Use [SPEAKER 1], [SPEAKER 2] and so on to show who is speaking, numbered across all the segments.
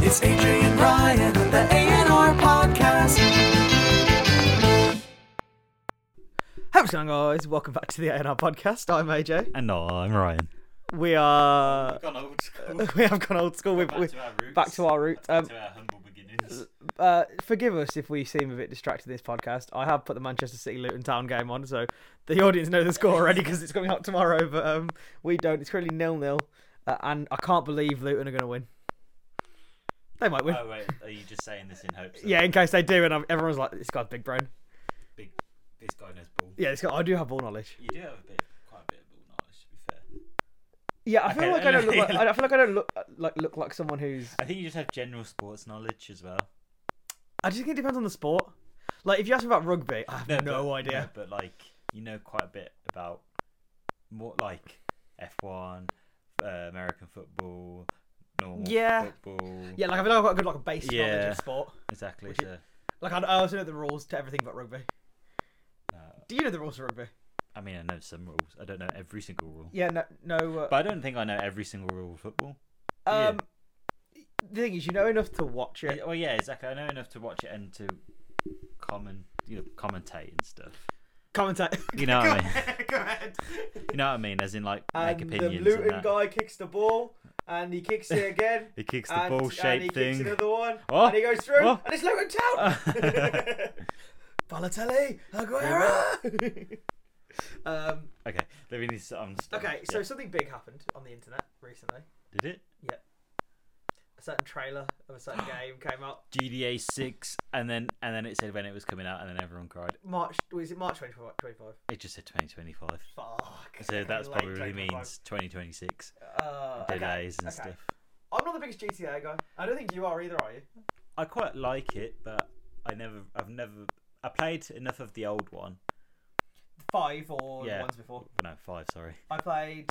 [SPEAKER 1] It's AJ and Ryan with the A&R Podcast.
[SPEAKER 2] Hey, what's going on, guys? Welcome back to the ANR podcast. I'm AJ.
[SPEAKER 3] And no, I'm Ryan.
[SPEAKER 2] We are.
[SPEAKER 3] Gone old school.
[SPEAKER 2] We have gone old school. We're
[SPEAKER 3] back
[SPEAKER 2] we're-
[SPEAKER 3] to our roots.
[SPEAKER 2] Uh, Back to our roots. Um,
[SPEAKER 3] to our humble beginnings. Oh,
[SPEAKER 2] uh, forgive us if we seem a bit distracted in this podcast. I have put the Manchester City Luton Town game on, so the audience know the score already because it's coming up tomorrow, but um, we don't. It's currently nil nil, uh, and I can't believe Luton are going to win. They might win.
[SPEAKER 3] Oh wait, are you just saying this in hopes? That
[SPEAKER 2] yeah, in case they do, and I'm, everyone's like, this guy's big brain.
[SPEAKER 3] Big, this guy knows ball.
[SPEAKER 2] Yeah, this guy, I do have ball knowledge.
[SPEAKER 3] You do have a bit, quite a bit of ball knowledge, to be fair.
[SPEAKER 2] Yeah, I feel
[SPEAKER 3] Okay,
[SPEAKER 2] like I don't look. Like,
[SPEAKER 3] yeah.
[SPEAKER 2] I feel like I don't look like look like someone who's
[SPEAKER 3] I think you just have general sports knowledge as well.
[SPEAKER 2] I just think it depends on the sport. Like, if you ask me about rugby, I have no,
[SPEAKER 3] but-
[SPEAKER 2] idea.
[SPEAKER 3] no, but like, you know quite a bit about more like F1, uh, American football, normal
[SPEAKER 2] Yeah.
[SPEAKER 3] football.
[SPEAKER 2] Yeah, like I feel like I've got a good like base knowledge
[SPEAKER 3] Yeah.
[SPEAKER 2] of sport.
[SPEAKER 3] Exactly.
[SPEAKER 2] Which-
[SPEAKER 3] So,
[SPEAKER 2] Like I, I also know the rules to everything but rugby.
[SPEAKER 3] uh,
[SPEAKER 2] Do you know the rules for rugby?
[SPEAKER 3] I mean, I know some rules. I don't know every single rule.
[SPEAKER 2] Yeah, no, no. Uh,
[SPEAKER 3] But I don't think I know every single rule of football. yeah.
[SPEAKER 2] um, the thing is, you know enough to watch it.
[SPEAKER 3] Yeah, Well, yeah, exactly. I know enough to watch it and to comment, you know, commentate and stuff.
[SPEAKER 2] Commentate.
[SPEAKER 3] You know what I mean?
[SPEAKER 2] Go ahead.
[SPEAKER 3] You know what I mean? As in, like, make
[SPEAKER 2] And the
[SPEAKER 3] opinions.
[SPEAKER 2] Luton
[SPEAKER 3] and that.
[SPEAKER 2] guy kicks the ball, and he kicks it again.
[SPEAKER 3] He kicks the
[SPEAKER 2] and,
[SPEAKER 3] ball
[SPEAKER 2] and he
[SPEAKER 3] shaped
[SPEAKER 2] kicks
[SPEAKER 3] thing.
[SPEAKER 2] another one,
[SPEAKER 3] Oh,
[SPEAKER 2] and he goes through,
[SPEAKER 3] oh.
[SPEAKER 2] and it's Luton Town. Balotelli, Aguero. um,
[SPEAKER 3] okay, let me need to. I'm just,
[SPEAKER 2] Okay, so
[SPEAKER 3] yeah.
[SPEAKER 2] something big happened on the internet recently.
[SPEAKER 3] Did it?
[SPEAKER 2] A certain trailer of a certain game came out.
[SPEAKER 3] GDA 6, and then and then it said when it was coming out, and then everyone cried.
[SPEAKER 2] March was it March 25? 25?
[SPEAKER 3] It just said 2025.
[SPEAKER 2] Fuck.
[SPEAKER 3] So that's
[SPEAKER 2] Late
[SPEAKER 3] probably
[SPEAKER 2] 25.
[SPEAKER 3] means 2026.
[SPEAKER 2] uh, okay,
[SPEAKER 3] Delays and
[SPEAKER 2] okay.
[SPEAKER 3] stuff.
[SPEAKER 2] I'm not the biggest GTA guy. I don't think you are either, are you?
[SPEAKER 3] I quite like it, but I never, I've never, I played enough of the old one.
[SPEAKER 2] Five or the
[SPEAKER 3] Yeah.
[SPEAKER 2] ones before.
[SPEAKER 3] No, five, sorry.
[SPEAKER 2] I played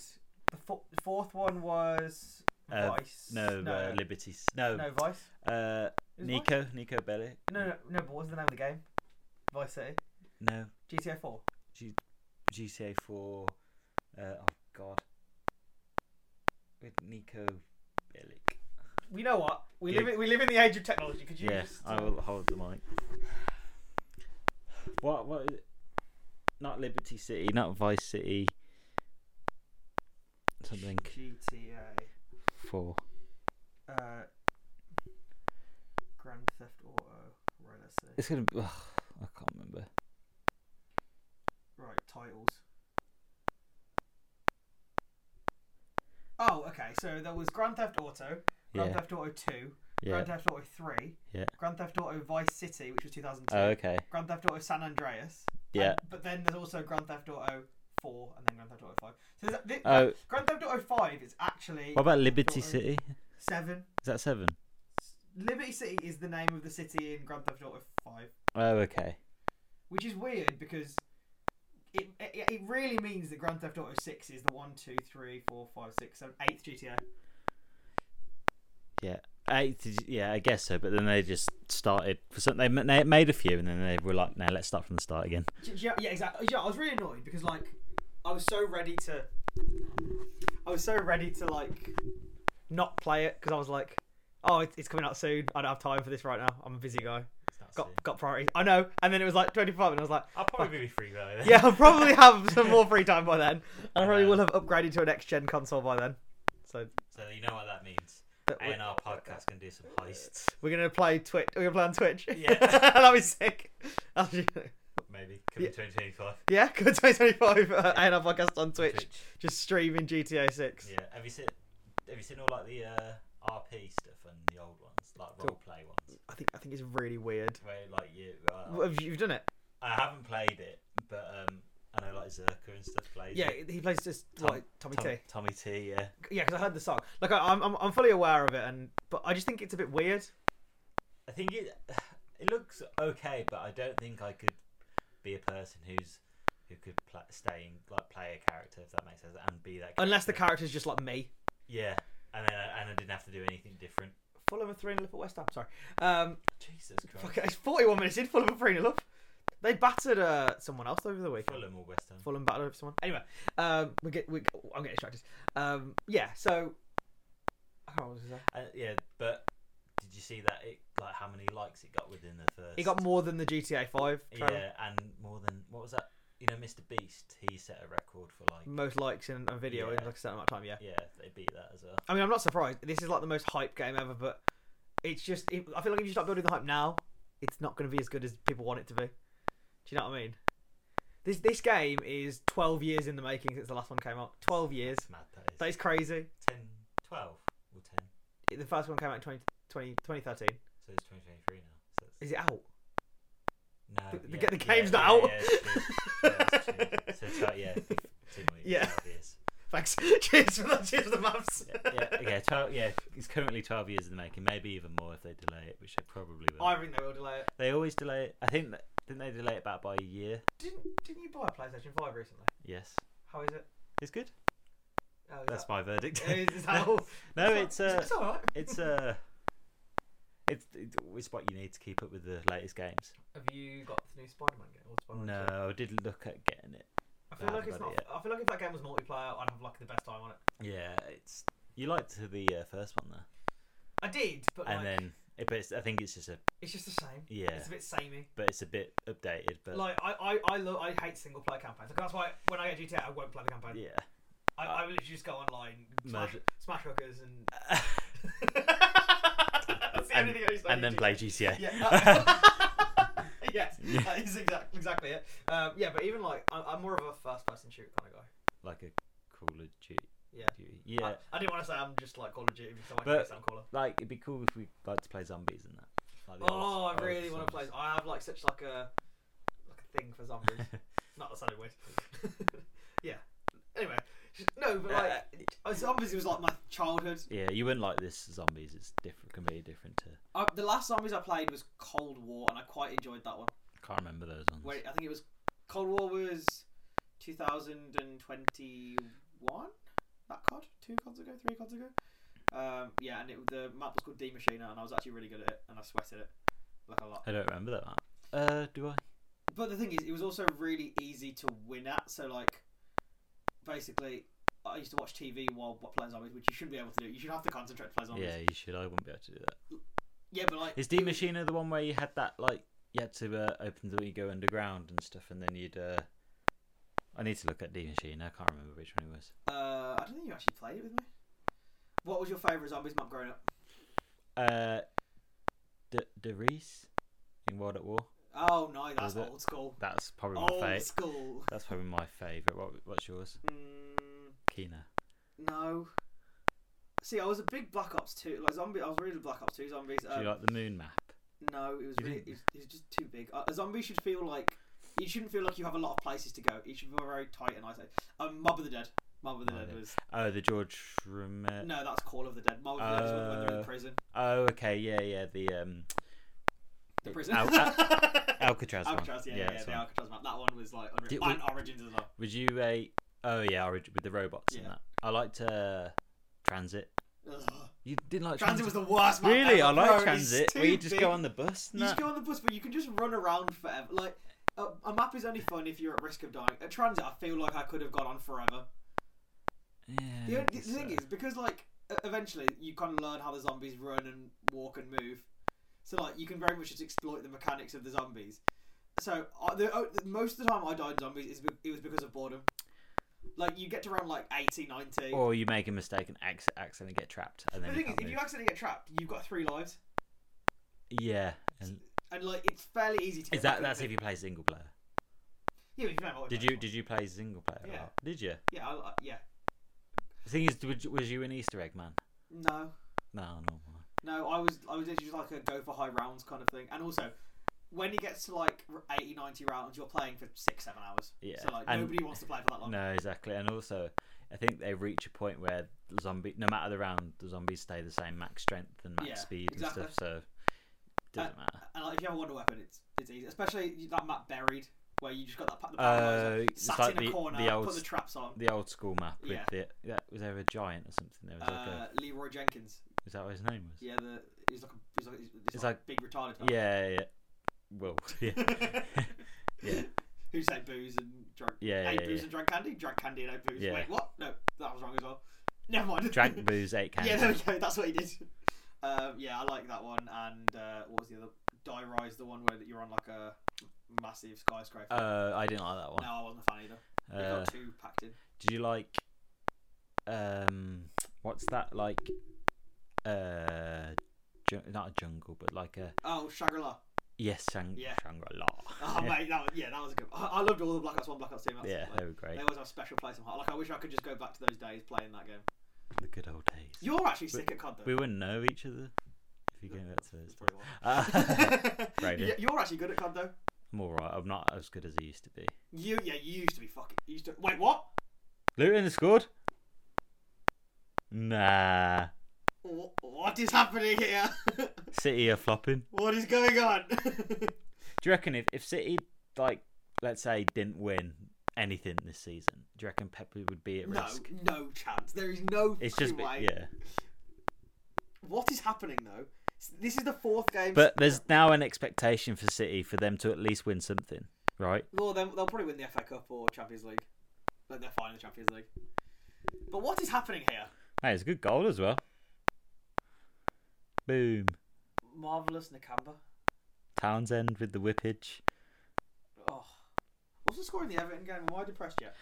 [SPEAKER 2] the fo- fourth one was
[SPEAKER 3] Uh,
[SPEAKER 2] Vice.
[SPEAKER 3] No, Uh, Liberties. No,
[SPEAKER 2] no Vice.
[SPEAKER 3] Uh,
[SPEAKER 2] Is it
[SPEAKER 3] Nico, Nico Bellic.
[SPEAKER 2] No, no, no. But what was the name of the game? Vice City.
[SPEAKER 3] No,
[SPEAKER 2] GTA 4.
[SPEAKER 3] G- GTA 4. Uh, oh God, with Nico Bellic.
[SPEAKER 2] We know what we
[SPEAKER 3] Yeah.
[SPEAKER 2] live. In, we live in the age of technology. Could you?
[SPEAKER 3] Yes,
[SPEAKER 2] just-
[SPEAKER 3] I will hold the mic. What? What? Is it? Not Liberty City, not Vice City. Something
[SPEAKER 2] GTA.
[SPEAKER 3] four.
[SPEAKER 2] Uh, Grand Theft Auto. Right, let's see.
[SPEAKER 3] It's gonna. Be, ugh, I can't remember.
[SPEAKER 2] Right, titles. Oh, okay. So there was Grand Theft Auto, Grand
[SPEAKER 3] Yeah,
[SPEAKER 2] Theft Auto Two,
[SPEAKER 3] yeah.
[SPEAKER 2] Grand Theft Auto Three,
[SPEAKER 3] Yeah.
[SPEAKER 2] Grand Theft Auto Vice City, which was 2002,
[SPEAKER 3] Oh, okay.
[SPEAKER 2] Grand Theft Auto San Andreas. and-
[SPEAKER 3] Yeah.
[SPEAKER 2] but then there's also Grand Theft Auto Four, and then Grand Theft Auto Five. So there's- thi-
[SPEAKER 3] Oh,
[SPEAKER 2] Grand Theft Auto Five is actually
[SPEAKER 3] what about Liberty
[SPEAKER 2] Auto
[SPEAKER 3] City?
[SPEAKER 2] Seven.
[SPEAKER 3] Is that seven?
[SPEAKER 2] Liberty City is the name of the city in Grand Theft Auto Five.
[SPEAKER 3] Oh, okay.
[SPEAKER 2] which is weird because it, it it really means that Grand Theft Auto Six is the one, two, three, four, five, six, seven, eighth GTA.
[SPEAKER 3] I, yeah, I guess so. But then they just started for some. They, ma- they made a few, and then they were like, "No, let's start from the start again."
[SPEAKER 2] Do- do you know- yeah, exactly. Yeah, I was really annoyed because like I was so ready to, I was so ready to like not play it because I was like, oh, it, it's coming out soon. I don't have time for this right now. I'm a busy guy. Got got priorities. I know. And then it was like 25, and I was like,
[SPEAKER 3] I'll probably be free by then.
[SPEAKER 2] yeah, I'll probably have some more free time by then, and I probably will have upgraded to a next gen console by then. So
[SPEAKER 3] So you know what that means.
[SPEAKER 2] that we-
[SPEAKER 3] our podcast can do some heists,
[SPEAKER 2] We're gonna play Twitch. We're gonna play on Twitch.
[SPEAKER 3] Yeah.
[SPEAKER 2] that'll be sick. That'll be-
[SPEAKER 3] maybe.
[SPEAKER 2] Yeah.
[SPEAKER 3] 2025.
[SPEAKER 2] yeah, good 2025 uh, and our podcast on Twitch, just streaming GTA 6.
[SPEAKER 3] Yeah. Have you seen? Have you seen all like the uh, RP stuff and the old ones, like role play ones,
[SPEAKER 2] I think I think it's really weird.
[SPEAKER 3] where like you? uh,
[SPEAKER 2] Well, Have you you've done it?
[SPEAKER 3] I haven't played it, but um, I know like Zerka and stuff plays.
[SPEAKER 2] Yeah, he plays just
[SPEAKER 3] Tom-
[SPEAKER 2] like Tommy
[SPEAKER 3] Tom-
[SPEAKER 2] T.
[SPEAKER 3] Tommy T. Yeah.
[SPEAKER 2] Yeah, because I heard the song. Like I, I'm, I'm I'm fully aware of it, and but I just think it's a bit weird.
[SPEAKER 3] I think it it looks okay, but I don't think I could be a person who's who could pla stay in, like play a character if that makes sense and be that. Character.
[SPEAKER 2] Unless the character's just like me.
[SPEAKER 3] yeah, and then I, and I didn't have to do anything different.
[SPEAKER 2] Fulham are three 0 up at West Ham. Sorry. Um,
[SPEAKER 3] Jesus Christ!
[SPEAKER 2] fuck it, it's 41 minutes in. Fulham are three 0 up. They battered uh, someone else over the week.
[SPEAKER 3] Fulham or West Ham?
[SPEAKER 2] Fulham battle over someone. Anyway, um, we get we I'm getting distracted. Um, yeah, so I can't remember what I was gonna say.
[SPEAKER 3] Uh, yeah, but did you see that it like how many likes it got within the first?
[SPEAKER 2] It got more than the GTA 5 trailer.
[SPEAKER 3] yeah, and more than what was that? You know, Mr. Beast, he set a record for like
[SPEAKER 2] Most likes in a video
[SPEAKER 3] Yeah.
[SPEAKER 2] in like a certain amount of time. Yeah.
[SPEAKER 3] yeah, they beat that as well.
[SPEAKER 2] I mean, I'm not surprised. This is like the most hype game ever, but it's just. It, I feel like if you start building the hype now, it's not going to be as good as people want it to be. Do you know what I mean? This this game is 12 years in the making since the last one came out. 12 years.
[SPEAKER 3] It's mad that is.
[SPEAKER 2] That is crazy.
[SPEAKER 3] 10, 12 or ten.
[SPEAKER 2] The first one came out in 20, 20 2013.
[SPEAKER 3] So it's twenty twenty three now. So it's,
[SPEAKER 2] Is it out?
[SPEAKER 3] no,
[SPEAKER 2] the- the-
[SPEAKER 3] Uh, yeah,
[SPEAKER 2] the
[SPEAKER 3] yeah,
[SPEAKER 2] game's not
[SPEAKER 3] yeah,
[SPEAKER 2] out.
[SPEAKER 3] Yeah, it's true. Yeah, it's true. so it's like, yeah, two more years,
[SPEAKER 2] Yeah.
[SPEAKER 3] twelve years.
[SPEAKER 2] Thanks. cheers for that. Cheers for the maps.
[SPEAKER 3] yeah, yeah, okay, 12, yeah, it's currently 12 years in the making, maybe even more if they delay it, which they probably will.
[SPEAKER 2] I think they will delay it.
[SPEAKER 3] They always delay it. I think that, didn't they delay it back by a year?
[SPEAKER 2] Didn't Didn't you buy a PlayStation 5 recently?
[SPEAKER 3] Yes.
[SPEAKER 2] How is it?
[SPEAKER 3] It's good.
[SPEAKER 2] How is
[SPEAKER 3] That's
[SPEAKER 2] that?
[SPEAKER 3] my verdict.
[SPEAKER 2] Is, is that all?
[SPEAKER 3] no,
[SPEAKER 2] It's
[SPEAKER 3] it's
[SPEAKER 2] all-
[SPEAKER 3] uh
[SPEAKER 2] it's all right.
[SPEAKER 3] it's uh it's it's what you need to keep up with the latest games.
[SPEAKER 2] Have you got the new Spider-Man game? Or Spider-Man
[SPEAKER 3] No,
[SPEAKER 2] two?
[SPEAKER 3] I did look at getting it.
[SPEAKER 2] I
[SPEAKER 3] I
[SPEAKER 2] feel like
[SPEAKER 3] haven't
[SPEAKER 2] it's
[SPEAKER 3] got
[SPEAKER 2] not.
[SPEAKER 3] it
[SPEAKER 2] I feel like if that game was multiplayer, I'd have like the best time on it.
[SPEAKER 3] Yeah, it's you liked the uh, first one though,
[SPEAKER 2] I did, but like,
[SPEAKER 3] and then it, but it's, I think it's just a
[SPEAKER 2] it's just the same.
[SPEAKER 3] yeah,
[SPEAKER 2] It's a bit samey.
[SPEAKER 3] but it's a bit updated. But
[SPEAKER 2] Like I, I, I, lo- I hate single player campaigns. Like, that's why when I get GTA, I won't play the campaign.
[SPEAKER 3] yeah,
[SPEAKER 2] I, I will literally just go online, smash,
[SPEAKER 3] Merge-
[SPEAKER 2] smash hookers, and that's the only
[SPEAKER 3] and,
[SPEAKER 2] thing I used to
[SPEAKER 3] and
[SPEAKER 2] do.
[SPEAKER 3] then play
[SPEAKER 2] Yeah.
[SPEAKER 3] GTA.
[SPEAKER 2] yes, that is exact, exactly it. Um, yeah, but even like I'm, I'm more of a first-person shooter kind of guy.
[SPEAKER 3] like a Call of Duty.
[SPEAKER 2] Yeah.
[SPEAKER 3] Yeah,
[SPEAKER 2] I, I didn't want to say I'm just like Call of Duty because I want
[SPEAKER 3] But-
[SPEAKER 2] to sound cooler.
[SPEAKER 3] like it'd be cool if we like to play zombies and that. Like the
[SPEAKER 2] Oh, I
[SPEAKER 3] old- old
[SPEAKER 2] really want to play.
[SPEAKER 3] zombies.
[SPEAKER 2] I have like such like a like a thing for zombies. Not that sounded weird. yeah. Anyway, no, but like uh, zombies was like my childhood.
[SPEAKER 3] yeah, you wouldn't like this zombies. It's different, completely different to.
[SPEAKER 2] I, the last zombies I played was Cold War, and I quite enjoyed that one.
[SPEAKER 3] Can't remember those ones.
[SPEAKER 2] Wait, I think it was Cold War was 2021. That COD, two CODs ago, three CODs ago. Um, yeah, and it, the map was called D Machina, and I was actually really good at it, and I sweated it like a lot.
[SPEAKER 3] I don't remember that map. Uh, do I?
[SPEAKER 2] But the thing is, it was also really easy to win at. So like, basically, I used to watch TV while while playing zombies, which you shouldn't be able to do. You should have to concentrate to play zombies.
[SPEAKER 3] Yeah, you should. I wouldn't be able to do that.
[SPEAKER 2] Yeah, but like,
[SPEAKER 3] Is D Machina the one where you had that like you had to uh, open the you go underground and stuff, and then you'd. uh I need to look at D Machina. I can't remember which one it was.
[SPEAKER 2] uh, I don't think you actually played it with me. What was your favourite zombies map growing up?
[SPEAKER 3] Uh, D- Derice in World at War.
[SPEAKER 2] Oh no, that's
[SPEAKER 3] Was it?
[SPEAKER 2] old school.
[SPEAKER 3] That's probably my
[SPEAKER 2] Old
[SPEAKER 3] favorite.
[SPEAKER 2] school.
[SPEAKER 3] That's probably my favorite. What, what's yours?
[SPEAKER 2] Mm,
[SPEAKER 3] Kina.
[SPEAKER 2] no. See, I was a big Black Ops two like zombie. I was really Black Ops two zombies.
[SPEAKER 3] Do
[SPEAKER 2] Um,
[SPEAKER 3] you like the moon map?
[SPEAKER 2] No, it was
[SPEAKER 3] You
[SPEAKER 2] really,
[SPEAKER 3] didn't?
[SPEAKER 2] it was, it was just too big. Uh, a zombie should feel like you shouldn't feel like you have a lot of places to go. It should feel very tight and isolated. Um, Mob of the Dead. Mob of the
[SPEAKER 3] Mob of
[SPEAKER 2] Dead
[SPEAKER 3] the
[SPEAKER 2] was
[SPEAKER 3] Oh, the George Romero.
[SPEAKER 2] no, that's Call of the Dead. Mob of the Dead is when- when they're in
[SPEAKER 3] Uh,
[SPEAKER 2] prison.
[SPEAKER 3] Oh, okay, yeah, yeah. The um,
[SPEAKER 2] The prison.
[SPEAKER 3] Al-
[SPEAKER 2] Alcatraz.
[SPEAKER 3] Alcatraz, one.
[SPEAKER 2] yeah, yeah,
[SPEAKER 3] that's
[SPEAKER 2] the
[SPEAKER 3] one.
[SPEAKER 2] Alcatraz map. That one was like unreal.
[SPEAKER 3] Did-
[SPEAKER 2] and Origins as well.
[SPEAKER 3] Would you a? Oh yeah, I would- with the robots and
[SPEAKER 2] Yeah.
[SPEAKER 3] that. I liked uh, Transit.
[SPEAKER 2] Ugh.
[SPEAKER 3] You didn't like
[SPEAKER 2] Transit
[SPEAKER 3] Transit?
[SPEAKER 2] was the worst map.
[SPEAKER 3] really, I
[SPEAKER 2] ever,
[SPEAKER 3] like
[SPEAKER 2] bro. It's
[SPEAKER 3] Transit.
[SPEAKER 2] too
[SPEAKER 3] Where you just
[SPEAKER 2] big.
[SPEAKER 3] go on the bus. And
[SPEAKER 2] You just
[SPEAKER 3] that.
[SPEAKER 2] go on the bus, but you can just run around forever. Like a, a map is only fun if you're at risk of dying. At Transit, I feel like I could have gone on forever. The,
[SPEAKER 3] Yeah, uh,
[SPEAKER 2] only- the thing is, because like e- eventually you kind of learn how the zombies run and walk and move, so like you can very much just exploit the mechanics of the zombies. So uh, the, uh, most of the time I died in zombies is be- it was because of boredom. Like you get to around like 80, 90.
[SPEAKER 3] Or you make a mistake and acc- accidentally get trapped, and
[SPEAKER 2] the
[SPEAKER 3] then
[SPEAKER 2] thing
[SPEAKER 3] you
[SPEAKER 2] is,
[SPEAKER 3] can't
[SPEAKER 2] if you
[SPEAKER 3] move.
[SPEAKER 2] accidentally get trapped, you've got three lives,
[SPEAKER 3] yeah. and-
[SPEAKER 2] and like it's fairly easy to. get
[SPEAKER 3] is that
[SPEAKER 2] back
[SPEAKER 3] that's
[SPEAKER 2] into-
[SPEAKER 3] if you play single player?
[SPEAKER 2] Yeah, if you play multiplayer,
[SPEAKER 3] Did you did you play single player? a
[SPEAKER 2] Yeah.
[SPEAKER 3] lot? Did you?
[SPEAKER 2] Yeah, I, I, yeah.
[SPEAKER 3] The thing is, was you- was you an Easter egg man?
[SPEAKER 2] No,
[SPEAKER 3] No, no. no.
[SPEAKER 2] No, I was I was literally just like a go for high rounds kind of thing. And also, when it gets to like 80, 90 rounds, you're playing for six, seven hours.
[SPEAKER 3] Yeah,
[SPEAKER 2] So like
[SPEAKER 3] and-
[SPEAKER 2] nobody wants to play for that long.
[SPEAKER 3] No, exactly. And also, I think they reach a point where the zombie, no matter the round, the zombies stay the same max strength and max
[SPEAKER 2] Yeah,
[SPEAKER 3] speed and
[SPEAKER 2] exactly. Uh,
[SPEAKER 3] stuff. So it doesn't matter.
[SPEAKER 2] And like, if you have a wonder weapon, it's it's easy. Especially that map buried, where you just got that pa- the
[SPEAKER 3] Uh,
[SPEAKER 2] paralyzer,
[SPEAKER 3] it's
[SPEAKER 2] sat
[SPEAKER 3] like
[SPEAKER 2] in a
[SPEAKER 3] the-
[SPEAKER 2] corner,
[SPEAKER 3] the old
[SPEAKER 2] put the
[SPEAKER 3] s-
[SPEAKER 2] traps on.
[SPEAKER 3] The old school map with
[SPEAKER 2] Yeah.
[SPEAKER 3] the that was there a giant or something? There was like
[SPEAKER 2] uh,
[SPEAKER 3] a,
[SPEAKER 2] Leroy Jenkins.
[SPEAKER 3] was that what his name was?
[SPEAKER 2] Yeah, the he's like a, he's like he's, like,
[SPEAKER 3] It's like-
[SPEAKER 2] big retarded. guy.
[SPEAKER 3] Yeah, yeah. yeah. Well, yeah, yeah.
[SPEAKER 2] Who said booze and drug?
[SPEAKER 3] Yeah, yeah,
[SPEAKER 2] ate booze
[SPEAKER 3] yeah.
[SPEAKER 2] and drank candy. Drank candy and ate booze.
[SPEAKER 3] Yeah.
[SPEAKER 2] Wait, what? No, that was wrong as well. Never mind.
[SPEAKER 3] Drank booze, ate candy.
[SPEAKER 2] Yeah, there we go. That's what he did. Uh, Um, yeah, I like that one. And uh, what was the other? Die Rise, the one where that you're on like a massive skyscraper.
[SPEAKER 3] Uh, I didn't like that one.
[SPEAKER 2] no, I wasn't a fan either. It
[SPEAKER 3] Uh,
[SPEAKER 2] got too packed in.
[SPEAKER 3] did you like um what's that like uh ju- not a jungle but like a
[SPEAKER 2] Oh, Shangri-La.
[SPEAKER 3] yes sang-
[SPEAKER 2] Yeah.
[SPEAKER 3] Shangri-La.
[SPEAKER 2] Oh,
[SPEAKER 3] yeah.
[SPEAKER 2] mate, that was, yeah, that was a good. I, I loved all the Black Ops One, Black Ops Two. maps.
[SPEAKER 3] yeah,
[SPEAKER 2] Like,
[SPEAKER 3] they were great.
[SPEAKER 2] they always have a special place in my heart. Like I wish I could just go back to those days playing that game.
[SPEAKER 3] The good old days.
[SPEAKER 2] You're actually sick at COD though.
[SPEAKER 3] we wouldn't know each other if you go back to those.
[SPEAKER 2] That's probably why.
[SPEAKER 3] Uh, Right, yeah.
[SPEAKER 2] You- You're actually good at COD though.
[SPEAKER 3] I'm alright. I'm not as good as I used to be.
[SPEAKER 2] You yeah, you used to be fucking. You used to wait what?
[SPEAKER 3] Luton scored. Nah,
[SPEAKER 2] Wh- What is happening here?
[SPEAKER 3] City are flopping.
[SPEAKER 2] what is going on?
[SPEAKER 3] Do you reckon if, if City like let's say didn't win anything this season, do you reckon Pep would be at
[SPEAKER 2] no,
[SPEAKER 3] risk?
[SPEAKER 2] no chance. There is no
[SPEAKER 3] It's just
[SPEAKER 2] fucking
[SPEAKER 3] be-
[SPEAKER 2] way.
[SPEAKER 3] yeah.
[SPEAKER 2] What is happening though? S- This is the fourth game.
[SPEAKER 3] But there's now an expectation for City for them to at least win something, right?
[SPEAKER 2] well, then they'll probably win the FA Cup or Champions League. Like they're fine in the Champions League. But what is happening here?
[SPEAKER 3] Hey, it's a good goal as well. Boom.
[SPEAKER 2] Marvelous Nakamba.
[SPEAKER 3] Townsend with the whippage.
[SPEAKER 2] Oh, what's the score in the Everton game? Am I depressed yet?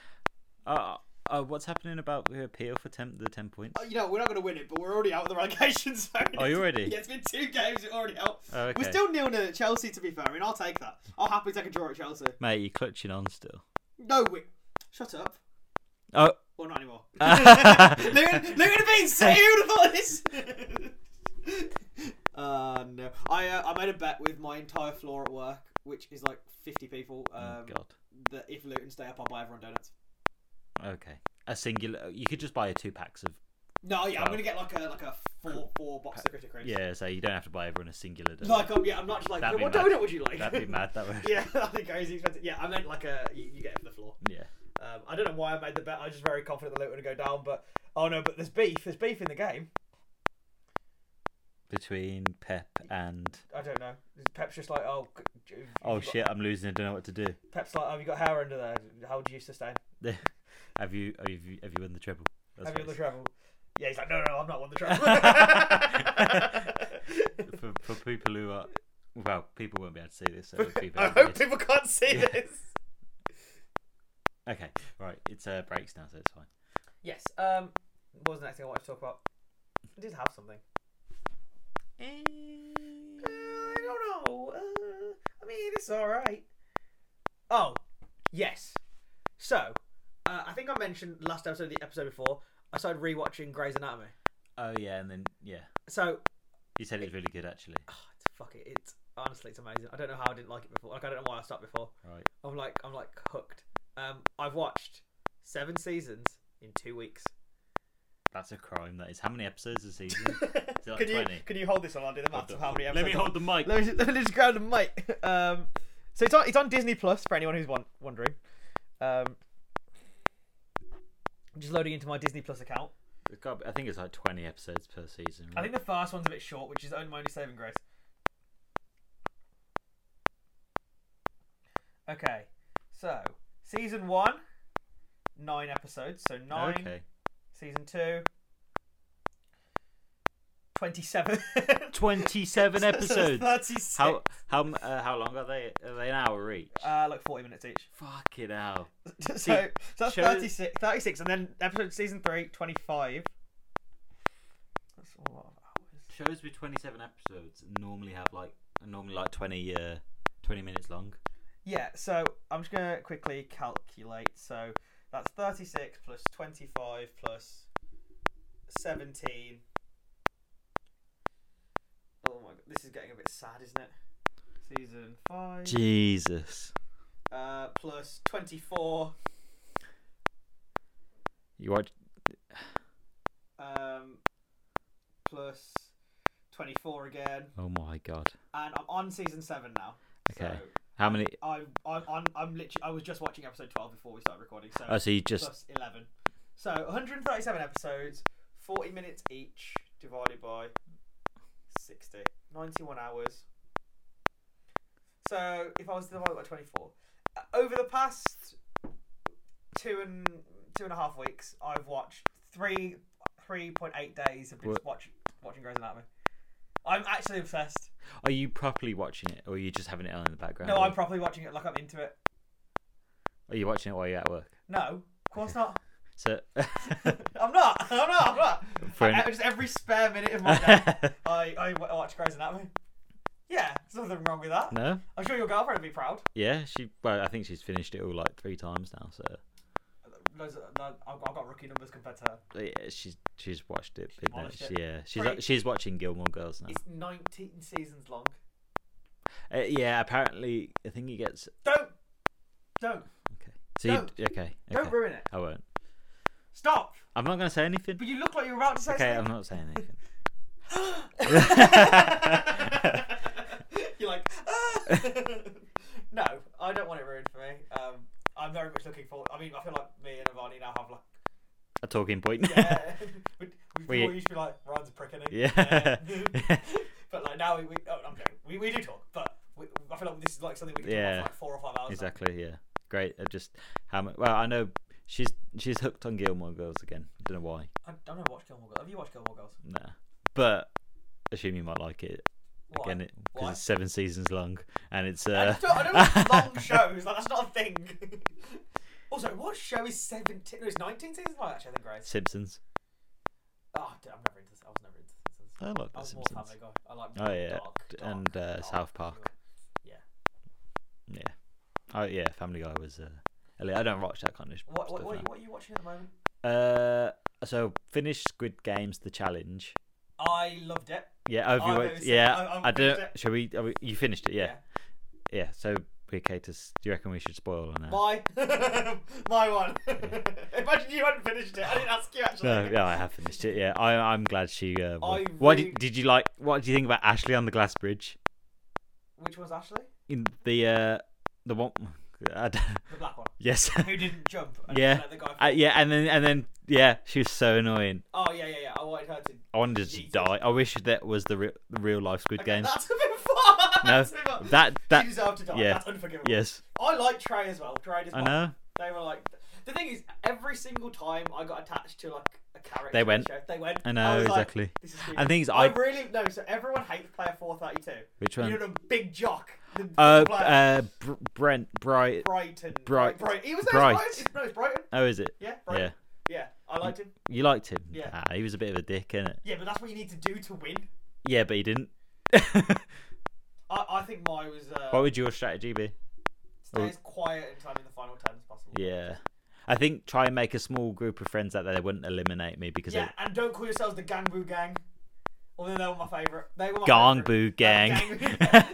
[SPEAKER 3] Oh, oh what's happening about the appeal for temp- the 10 points?
[SPEAKER 2] Oh, you know, we're not going to win it, but we're already out of the relegation zone.
[SPEAKER 3] Oh, you already?
[SPEAKER 2] Yeah, it's been two games, we're already out.
[SPEAKER 3] Oh, okay.
[SPEAKER 2] We're still nil nil at Chelsea, to be fair. I mean, I'll take that. I'll happily take a draw at Chelsea.
[SPEAKER 3] Mate, you're clutching on still.
[SPEAKER 2] No, we. Shut up.
[SPEAKER 3] Oh,
[SPEAKER 2] Well, not anymore. Luton Luton have been saved Who'd have thought this. uh, no. I, uh, I made a bet with my entire floor at work, which is like 50 people, um,
[SPEAKER 3] oh God.
[SPEAKER 2] that if Luton stay up, I'll buy everyone donuts.
[SPEAKER 3] Okay. A singular. You could just buy a two packs of.
[SPEAKER 2] No, yeah, I'm
[SPEAKER 3] Wow.
[SPEAKER 2] gonna get like a like a four four box of critter crisps.
[SPEAKER 3] Oh. Yeah, so you don't have to buy everyone a singular. donut.
[SPEAKER 2] Like, um, yeah, I'm not just like,
[SPEAKER 3] That'd be
[SPEAKER 2] what
[SPEAKER 3] mad.
[SPEAKER 2] donut would you like?
[SPEAKER 3] That'd be mad. That would.
[SPEAKER 2] yeah, that'd be crazy expensive. Yeah, I meant like a you, you get it for the floor.
[SPEAKER 3] Yeah.
[SPEAKER 2] Um, I don't know why I made the bet. I was just very confident that Luton would go down, but oh no, but there's beef. There's beef in the game.
[SPEAKER 3] Between Pep and
[SPEAKER 2] I don't know. Pep's just like, oh, c- j- have
[SPEAKER 3] oh
[SPEAKER 2] you got-
[SPEAKER 3] shit, I'm losing. I don't know what to do.
[SPEAKER 2] Pep's like, have you got hair under there? How would you sustain?
[SPEAKER 3] Have you have you have you won the treble? That's
[SPEAKER 2] have you won
[SPEAKER 3] what
[SPEAKER 2] the
[SPEAKER 3] it
[SPEAKER 2] treble? Yeah, he's like, no, no, I'm not won the
[SPEAKER 3] is.
[SPEAKER 2] treble.
[SPEAKER 3] for, for people who are well, people won't be able to see this. So people
[SPEAKER 2] I
[SPEAKER 3] who are
[SPEAKER 2] hope
[SPEAKER 3] listening-
[SPEAKER 2] people can't see
[SPEAKER 3] Yeah.
[SPEAKER 2] this.
[SPEAKER 3] Okay, right. It's uh, breaks now, so it's fine.
[SPEAKER 2] Yes. Um, what was the next thing I wanted to talk about? I did have something. Uh, I don't know. Uh, I mean, it's all right. Oh, yes. So, uh, I think I mentioned last episode, the episode before, I started rewatching Grey's Anatomy.
[SPEAKER 3] Oh yeah, and then yeah,
[SPEAKER 2] So,
[SPEAKER 3] you said it's really good actually.
[SPEAKER 2] oh, it's- fuck it. It's honestly, it's amazing. I don't know how I didn't like it before. Like, I don't know why I stopped before.
[SPEAKER 3] Right.
[SPEAKER 2] I'm like, I'm like hooked. Um, I've watched seven seasons in two weeks.
[SPEAKER 3] That's a crime. That is. How many episodes a season? Is it like
[SPEAKER 2] can you
[SPEAKER 3] 20?
[SPEAKER 2] can you hold this on? I'll do the maths of how many episodes.
[SPEAKER 3] Let me hold the mic.
[SPEAKER 2] Let me, let me just grab the mic. Um, so it's on, it's on Disney Plus for anyone who's won, wondering. Um, I'm just loading into my Disney Plus account.
[SPEAKER 3] It's got- I think it's like twenty episodes per season.
[SPEAKER 2] I
[SPEAKER 3] Right?
[SPEAKER 2] think the first one's a bit short, which is only my only saving grace. Okay, so season one, nine episodes. So nine.
[SPEAKER 3] Okay.
[SPEAKER 2] Season two, 27.
[SPEAKER 3] Twenty-seven
[SPEAKER 2] So it's
[SPEAKER 3] episodes.
[SPEAKER 2] 36.
[SPEAKER 3] How how m- uh, how long are they? Are they an hour each?
[SPEAKER 2] Uh, like 40 minutes each.
[SPEAKER 3] Fucking hell.
[SPEAKER 2] so,
[SPEAKER 3] See,
[SPEAKER 2] so that's
[SPEAKER 3] show-
[SPEAKER 2] 36, 36, and then episode season 3, 25. That's a lot of hours.
[SPEAKER 3] Shows with twenty-seven episodes normally have like normally like twenty uh twenty minutes long.
[SPEAKER 2] Yeah, so I'm just going to quickly calculate. So that's 36 plus 25 plus 17. Oh my god, this is getting a bit sad, isn't it? Season 5
[SPEAKER 3] Jesus.
[SPEAKER 2] uh, plus 24.
[SPEAKER 3] You watch.
[SPEAKER 2] Um, plus 24 again,
[SPEAKER 3] Oh my god.
[SPEAKER 2] and I'm on season seven now.
[SPEAKER 3] Okay.
[SPEAKER 2] So
[SPEAKER 3] How many?
[SPEAKER 2] I, I, I'm, I'm literally, I was just watching episode 12 before we started recording, so
[SPEAKER 3] Oh, so you just
[SPEAKER 2] plus 11. So 137 episodes, 40 minutes each, divided by 60. 91 hours. So if I was to divide it by 24, uh, over the past two and two and a half weeks, I've watched three, 3.8 days of binge
[SPEAKER 3] What?
[SPEAKER 2] watch, watching Grey's Anatomy. I'm actually obsessed.
[SPEAKER 3] Are you properly watching it, or are you just having it on in the background?
[SPEAKER 2] No,
[SPEAKER 3] Or
[SPEAKER 2] I'm properly watching it like I'm into it.
[SPEAKER 3] Are you watching it while you're at work?
[SPEAKER 2] No, of course not.
[SPEAKER 3] So,
[SPEAKER 2] I'm not. I'm not. I'm not.
[SPEAKER 3] For an-
[SPEAKER 2] I- just every spare minute of my day, I, I wa- watch Grey's Anatomy. Yeah, there's nothing wrong with that.
[SPEAKER 3] no,
[SPEAKER 2] I'm sure your girlfriend would be proud.
[SPEAKER 3] yeah, she. Well, I think she's finished it all like three times now. So
[SPEAKER 2] Loads of, no, I've, got, I've got rookie numbers compared to her.
[SPEAKER 3] yeah, she's she's watched it. but no,
[SPEAKER 2] demolished
[SPEAKER 3] she-
[SPEAKER 2] it.
[SPEAKER 3] yeah, she's
[SPEAKER 2] Great.
[SPEAKER 3] she's watching Gilmore Girls now.
[SPEAKER 2] It's 19 seasons long.
[SPEAKER 3] Uh, yeah, apparently, I think he gets.
[SPEAKER 2] Don't, don't,
[SPEAKER 3] Okay. So you,
[SPEAKER 2] Don't-
[SPEAKER 3] okay, okay.
[SPEAKER 2] don't ruin it.
[SPEAKER 3] I won't.
[SPEAKER 2] Stop.
[SPEAKER 3] I'm not gonna say anything.
[SPEAKER 2] But you look like you're about to say
[SPEAKER 3] Okay, I'm
[SPEAKER 2] something.
[SPEAKER 3] not saying anything. um,
[SPEAKER 2] you're like, "Ah." no, I don't want it ruined for me. Um, I'm very much looking forward. I mean, I feel like me and Avani now have like,
[SPEAKER 3] A talking point.
[SPEAKER 2] yeah. we, we,
[SPEAKER 3] We-
[SPEAKER 2] we used to be like, Ryan's a prick, innit?
[SPEAKER 3] Yeah.
[SPEAKER 2] but like now we, we oh, I'm joking. We, we do talk, but we, I feel like this is like something we can
[SPEAKER 3] Yeah.
[SPEAKER 2] talk about for like four or five hours. now.
[SPEAKER 3] exactly. Yeah. Great. I just how much? Well, I know she's she's hooked on Gilmore Girls again. Don't know why.
[SPEAKER 2] I don't know. Watch Gilmore Girls. Have you watched Gilmore Girls?
[SPEAKER 3] Nah. But assume you might like it
[SPEAKER 2] Why?
[SPEAKER 3] again it
[SPEAKER 2] Why?
[SPEAKER 3] because it's seven seasons long and it's
[SPEAKER 2] I
[SPEAKER 3] uh.
[SPEAKER 2] just don't, I don't watch long shows. Like that's not a thing. also, what show is seventeen? No, it's nineteen seasons. Well, actually, I think Grace.
[SPEAKER 3] Simpsons.
[SPEAKER 2] Oh, dude, I'm never into. I was never into Simpsons.
[SPEAKER 3] I like
[SPEAKER 2] I
[SPEAKER 3] the
[SPEAKER 2] was more
[SPEAKER 3] Simpsons.
[SPEAKER 2] Family Guy. I like.
[SPEAKER 3] Oh yeah,
[SPEAKER 2] Dark,
[SPEAKER 3] d-
[SPEAKER 2] dark,
[SPEAKER 3] and uh,
[SPEAKER 2] dark.
[SPEAKER 3] South Park.
[SPEAKER 2] Yeah.
[SPEAKER 3] Yeah. Oh yeah, Family Guy was. Uh, a li- I don't watch that kind of sh-
[SPEAKER 2] What
[SPEAKER 3] stuff.
[SPEAKER 2] what, what,
[SPEAKER 3] now.
[SPEAKER 2] what are you watching at the moment?
[SPEAKER 3] Uh, so finish Squid Games the challenge.
[SPEAKER 2] I loved it.
[SPEAKER 3] Yeah, have you
[SPEAKER 2] I've
[SPEAKER 3] wa-
[SPEAKER 2] never seen it.
[SPEAKER 3] yeah,
[SPEAKER 2] Oh, I- I've
[SPEAKER 3] I, don't.
[SPEAKER 2] finished it.
[SPEAKER 3] Shall we, are we? You finished it, yeah, yeah. so we're okay to. s- Do you reckon we should spoil or no?
[SPEAKER 2] My my one. Imagine you hadn't finished it. I didn't ask you actually.
[SPEAKER 3] no, yeah, I have finished it. Yeah, I, I'm glad she. Uh, won.
[SPEAKER 2] I
[SPEAKER 3] What
[SPEAKER 2] really-
[SPEAKER 3] did, did you like? What do you think about Ashley on the glass bridge?
[SPEAKER 2] Which one's Ashley?
[SPEAKER 3] In the uh, the one. I don't,
[SPEAKER 2] The black one.
[SPEAKER 3] yes.
[SPEAKER 2] Who didn't jump? And
[SPEAKER 3] yeah.
[SPEAKER 2] let the guy
[SPEAKER 3] Uh, yeah, and then and then yeah, she was so annoying.
[SPEAKER 2] Oh yeah, yeah, yeah. I wanted her to.
[SPEAKER 3] I wanted to
[SPEAKER 2] Jesus.
[SPEAKER 3] die. I wish that was the, re- the real life Squid
[SPEAKER 2] Okay,
[SPEAKER 3] Games.
[SPEAKER 2] That's a bit far.
[SPEAKER 3] No,
[SPEAKER 2] That's a bit far.
[SPEAKER 3] that that
[SPEAKER 2] she deserved to die.
[SPEAKER 3] yeah.
[SPEAKER 2] That's unforgivable.
[SPEAKER 3] yes,
[SPEAKER 2] I like Trey as well. Trey as
[SPEAKER 3] I
[SPEAKER 2] well.
[SPEAKER 3] know.
[SPEAKER 2] They were like. The thing is, every single time I got attached to like a character,
[SPEAKER 3] They
[SPEAKER 2] in the
[SPEAKER 3] went.
[SPEAKER 2] show, They went.
[SPEAKER 3] I know,
[SPEAKER 2] was like,
[SPEAKER 3] exactly.
[SPEAKER 2] this is stupid.
[SPEAKER 3] And things
[SPEAKER 2] I
[SPEAKER 3] I
[SPEAKER 2] really no. So everyone hates player four thirty two.
[SPEAKER 3] which
[SPEAKER 2] You
[SPEAKER 3] one?
[SPEAKER 2] know the big jock. The
[SPEAKER 3] Uh,
[SPEAKER 2] player.
[SPEAKER 3] uh, Br- Brent Bright.
[SPEAKER 2] Brighton.
[SPEAKER 3] Bright-
[SPEAKER 2] Bright. He was no,
[SPEAKER 3] Bright.
[SPEAKER 2] Bright. It's, no, it's Brighton.
[SPEAKER 3] Oh, is it?
[SPEAKER 2] Yeah.
[SPEAKER 3] Yeah,
[SPEAKER 2] Brighton. Yeah. I liked him.
[SPEAKER 3] you liked him.
[SPEAKER 2] Yeah.
[SPEAKER 3] Ah, he was a bit of a dick, innit?
[SPEAKER 2] Yeah, but that's what you need to do to win.
[SPEAKER 3] Yeah, but he didn't.
[SPEAKER 2] I, I think my was uh,
[SPEAKER 3] what would your strategy be?
[SPEAKER 2] stay as quiet and time in the final ten as possible.
[SPEAKER 3] Yeah, I think try and make a small group of friends out there that wouldn't eliminate me because
[SPEAKER 2] Yeah,
[SPEAKER 3] they
[SPEAKER 2] and don't call yourselves the Gangboo Gang. Although they were my favourite. They were my
[SPEAKER 3] Gangboo
[SPEAKER 2] favourite.
[SPEAKER 3] Gang.
[SPEAKER 2] yeah,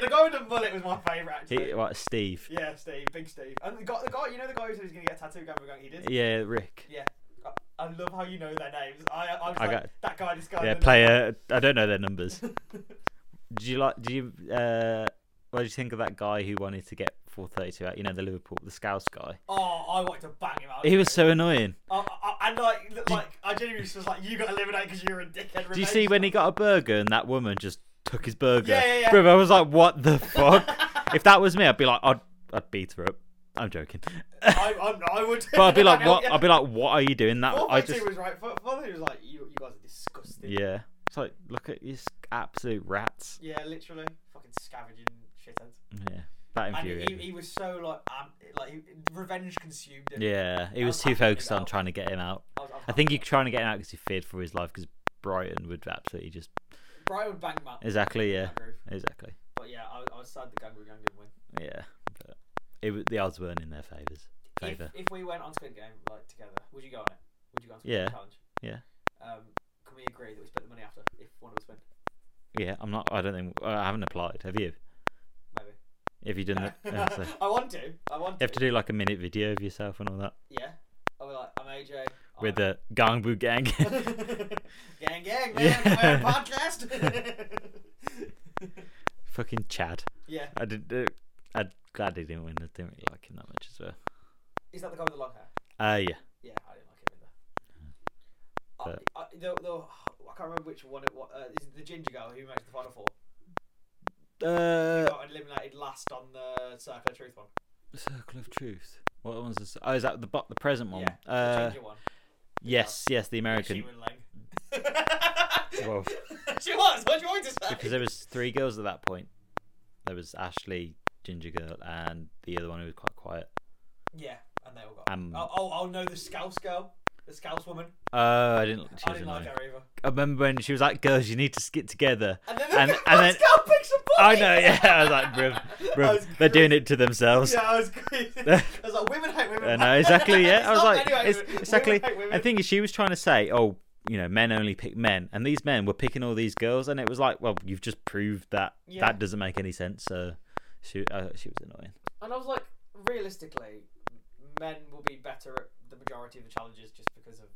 [SPEAKER 2] the guy with the mullet was my favourite, actually.
[SPEAKER 3] He- what Steve?
[SPEAKER 2] Yeah, Steve, big Steve. And the guy, the guy, you know the guy who said he's going to get a tattoo, Gangboo Gang? He did?
[SPEAKER 3] Yeah, Rick.
[SPEAKER 2] Yeah. I, I love how you know their names. I, I, was
[SPEAKER 3] I
[SPEAKER 2] like,
[SPEAKER 3] got-
[SPEAKER 2] that guy, this guy.
[SPEAKER 3] Yeah,
[SPEAKER 2] the-
[SPEAKER 3] player. I don't know their numbers. Do you like? Do you? Uh, what do you think of that guy who wanted to get 432 out? You know, the Liverpool, the Scouse guy.
[SPEAKER 2] Oh, I wanted to bang him out.
[SPEAKER 3] He was so annoying.
[SPEAKER 2] I, I, and like, like, I genuinely was just like, you got eliminated because you're a dickhead.
[SPEAKER 3] Do you see when he got a burger and that woman just took his burger?
[SPEAKER 2] Yeah, yeah, yeah.
[SPEAKER 3] Bro, I was like, what the fuck? if that was me, I'd be like, I'd, I'd beat her up. I'm joking,
[SPEAKER 2] I, I, I would.
[SPEAKER 3] but I'd be like,
[SPEAKER 2] Hell
[SPEAKER 3] what?
[SPEAKER 2] yeah.
[SPEAKER 3] I'd be like, what are you doing? That I
[SPEAKER 2] Four
[SPEAKER 3] just,
[SPEAKER 2] was right. Four was like, you, you guys are disgusting.
[SPEAKER 3] yeah. It's like, look at these absolute rats.
[SPEAKER 2] Yeah, literally, fucking scavenging shitheads.
[SPEAKER 3] Yeah, that
[SPEAKER 2] And he,
[SPEAKER 3] infuriated.
[SPEAKER 2] he
[SPEAKER 3] me.
[SPEAKER 2] was so like, um, like he, revenge consumed him.
[SPEAKER 3] Yeah, he
[SPEAKER 2] I
[SPEAKER 3] was
[SPEAKER 2] was
[SPEAKER 3] too
[SPEAKER 2] happy
[SPEAKER 3] focused on
[SPEAKER 2] about-
[SPEAKER 3] trying to get him out.
[SPEAKER 2] I, was, I, was
[SPEAKER 3] I think he trying to get him out because he feared for his life because Brighton would absolutely just
[SPEAKER 2] Brian would bang him up.
[SPEAKER 3] exactly yeah
[SPEAKER 2] that groove.
[SPEAKER 3] exactly
[SPEAKER 2] But yeah, I, I was sad the Gangrel Gang didn't win.
[SPEAKER 3] yeah. But it was, the odds weren't in their favors. Favor.
[SPEAKER 2] If, if we went on Squid Game like together, would you go on it? Would you go on Squid
[SPEAKER 3] Yeah.
[SPEAKER 2] Game challenge?
[SPEAKER 3] Yeah.
[SPEAKER 2] Um, can we agree that we split the money after if one of us win?
[SPEAKER 3] Yeah, I'm not. I don't think I haven't applied. Have you?
[SPEAKER 2] Maybe.
[SPEAKER 3] Have you done that? Yeah, so- you
[SPEAKER 2] I want to. I want
[SPEAKER 3] have to do like a minute video of yourself and all that
[SPEAKER 2] Yeah. I'll be like, I'm AJ.
[SPEAKER 3] with the Gangbu gang.
[SPEAKER 2] gang gang man,
[SPEAKER 3] Yeah.
[SPEAKER 2] we're a podcast.
[SPEAKER 3] Fucking Chad.
[SPEAKER 2] yeah,
[SPEAKER 3] I did. Uh, I'm glad he didn't win. I didn't really like him that much as well.
[SPEAKER 2] is that the guy with the long hair?
[SPEAKER 3] Uh yeah.
[SPEAKER 2] Yeah, I didn't like him either. I, I, the, the, I can't remember which one it was. Uh, is it the ginger girl who makes the final four?
[SPEAKER 3] Uh,
[SPEAKER 2] Got eliminated last on the Circle of Truth one.
[SPEAKER 3] Circle of Truth. What one's this? Oh, is that the bo- the present one?
[SPEAKER 2] Yeah, the
[SPEAKER 3] Uh,
[SPEAKER 2] ginger one.
[SPEAKER 3] yes, yes, the American.
[SPEAKER 2] She would Lang.
[SPEAKER 3] Whoa.
[SPEAKER 4] she was. What do you want me to
[SPEAKER 3] because there was three girls at that point. There was Ashley, Ginger Girl, and the other one who was quite quiet.
[SPEAKER 2] Yeah.
[SPEAKER 4] And they all got.
[SPEAKER 3] Um,
[SPEAKER 2] Oh, oh, oh no, the Scouse girl, the Scouse woman.
[SPEAKER 3] oh, I didn't. She
[SPEAKER 2] I
[SPEAKER 3] was
[SPEAKER 2] didn't like
[SPEAKER 3] annoying.
[SPEAKER 2] her either.
[SPEAKER 3] I remember when she was like, "Girls, you need to get together."
[SPEAKER 2] And then
[SPEAKER 3] And-
[SPEAKER 2] the
[SPEAKER 3] and
[SPEAKER 2] Scouse
[SPEAKER 3] then-
[SPEAKER 2] girl picks a boy.
[SPEAKER 3] I know. Yeah, I was like, "Bruv, bruv,
[SPEAKER 2] was
[SPEAKER 3] they're doing it to themselves."
[SPEAKER 2] Yeah, I was crazy. I was like, women hate women.
[SPEAKER 3] I know uh, exactly. Yeah, I was
[SPEAKER 2] Stop
[SPEAKER 3] like,
[SPEAKER 2] anyway,
[SPEAKER 3] it's,
[SPEAKER 2] women-
[SPEAKER 3] exactly.
[SPEAKER 2] women hate women.
[SPEAKER 3] I think she was trying to say, "Oh, you know, men only pick men," and these men were picking all these girls, and it was like, "Well, you've just proved that
[SPEAKER 2] Yeah.
[SPEAKER 3] that doesn't make any sense." So she, uh, she was annoying.
[SPEAKER 2] And I was like, realistically, men will be better at the majority of the challenges just because of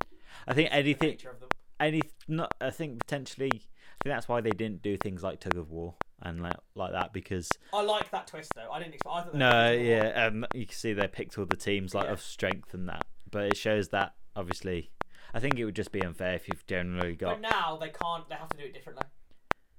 [SPEAKER 3] I think
[SPEAKER 2] the
[SPEAKER 3] anything,
[SPEAKER 2] nature of them.
[SPEAKER 3] any, not. I think potentially, I think that's why they didn't do things like tug of war and like, like that because
[SPEAKER 2] I like that twist though. I didn't expect. I thought that
[SPEAKER 3] No,
[SPEAKER 2] was cool.
[SPEAKER 3] yeah, um, you can see they picked all the teams like
[SPEAKER 2] Yeah.
[SPEAKER 3] of strength and that, but it shows that obviously. I think it would just be unfair if you've generally
[SPEAKER 2] But
[SPEAKER 3] got.
[SPEAKER 2] now they can't. They have to do it differently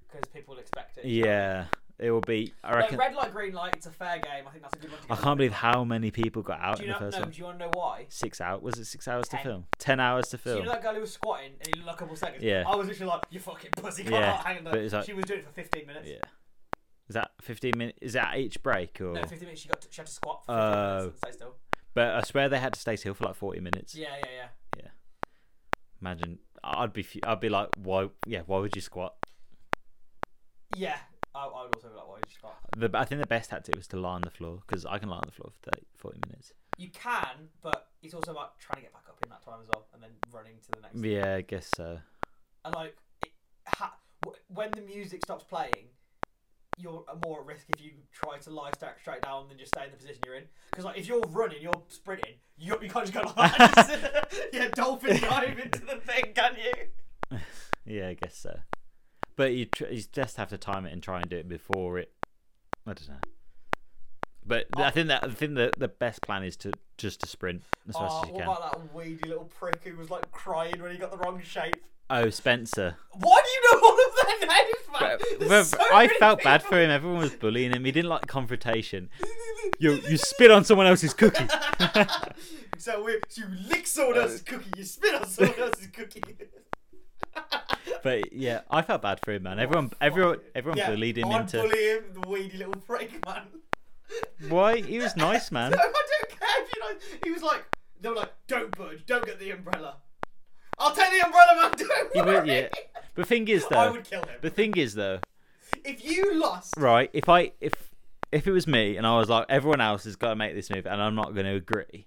[SPEAKER 2] because people expect it.
[SPEAKER 3] Yeah, it will be. I
[SPEAKER 2] Like,
[SPEAKER 3] reckon.
[SPEAKER 2] red light, green light. It's a fair game. I think that's a good one. To
[SPEAKER 3] I
[SPEAKER 2] go
[SPEAKER 3] can't
[SPEAKER 2] with.
[SPEAKER 3] believe how many people got out
[SPEAKER 2] Do
[SPEAKER 3] in
[SPEAKER 2] you
[SPEAKER 3] the
[SPEAKER 2] know?
[SPEAKER 3] first
[SPEAKER 2] No,
[SPEAKER 3] one.
[SPEAKER 2] do you want to know why?
[SPEAKER 3] Six hours. Was it six hours to
[SPEAKER 2] Ten.
[SPEAKER 3] film? Ten hours to
[SPEAKER 2] So
[SPEAKER 3] film.
[SPEAKER 2] you know that girl who was squatting and he looked like a couple seconds.
[SPEAKER 3] Yeah.
[SPEAKER 2] I was literally like, "You fucking pussy!" Can't
[SPEAKER 3] Yeah,
[SPEAKER 2] hang on.
[SPEAKER 3] but it's like-
[SPEAKER 2] she was doing it for 15 minutes.
[SPEAKER 3] yeah. Is that fifteen minutes? Is that each break or?
[SPEAKER 2] No, 15 minutes. She got. To, she had to squat for 15 minutes
[SPEAKER 3] Oh.
[SPEAKER 2] and stay still.
[SPEAKER 3] But I swear they had to stay still for like forty minutes.
[SPEAKER 2] Yeah, yeah, yeah.
[SPEAKER 3] Imagine. I'd be. fu- I'd be like, why? Yeah. Why would you squat?
[SPEAKER 2] Yeah. I, I would also be like, "Why did you squat?"
[SPEAKER 3] The, I think the best tactic was to lie on the floor because I can lie on the floor for 30, 40 minutes.
[SPEAKER 2] You can, but it's also about trying to get back up in that time as well, and then running to the next.
[SPEAKER 3] Yeah, I guess so.
[SPEAKER 2] And like, it, ha, w- when the music stops playing, you're more at risk if you try to lie stack straight down than just stay in the position you're in. Because like, if you're running, you're sprinting, you, you can't just go like that. yeah, dolphin dive into the thing, can you?
[SPEAKER 3] Yeah, I guess so. But you tr- you just have to time it and try and do it before it. I don't know. But I
[SPEAKER 2] Oh.
[SPEAKER 3] think that I think that the best plan is to just to sprint as fast
[SPEAKER 2] Oh,
[SPEAKER 3] as you
[SPEAKER 2] what
[SPEAKER 3] can.
[SPEAKER 2] about that weedy little prick who was like crying when he got the wrong shape?
[SPEAKER 3] Oh, Spencer!
[SPEAKER 2] Why do you know all of their names, man?
[SPEAKER 3] Bruv,
[SPEAKER 2] There's so
[SPEAKER 3] I
[SPEAKER 2] many
[SPEAKER 3] felt bad
[SPEAKER 2] people.
[SPEAKER 3] for him. Everyone was bullying him. He didn't like confrontation. You you spit on someone else's cookie.
[SPEAKER 2] So we, you lick someone else's
[SPEAKER 3] Uh,
[SPEAKER 2] cookie, you spit on someone else's cookie.
[SPEAKER 3] But yeah, I felt bad for him, man. Everyone everyone everyone
[SPEAKER 2] Oh, yeah,
[SPEAKER 3] bullied him
[SPEAKER 2] I'd
[SPEAKER 3] into
[SPEAKER 2] bully him, the weedy little prick, man.
[SPEAKER 3] why he was nice, man.
[SPEAKER 2] No, I don't care if you know. He was like, they were like, don't budge, don't get the umbrella. I'll take the umbrella, man. Don't
[SPEAKER 3] He would-
[SPEAKER 2] worry.
[SPEAKER 3] yeah. uh, But thing is
[SPEAKER 2] I
[SPEAKER 3] though,
[SPEAKER 2] would kill him.
[SPEAKER 3] the thing is though,
[SPEAKER 2] If you lost,
[SPEAKER 3] right if i if if it was me and i was like everyone else has got to make this move and i'm not going to agree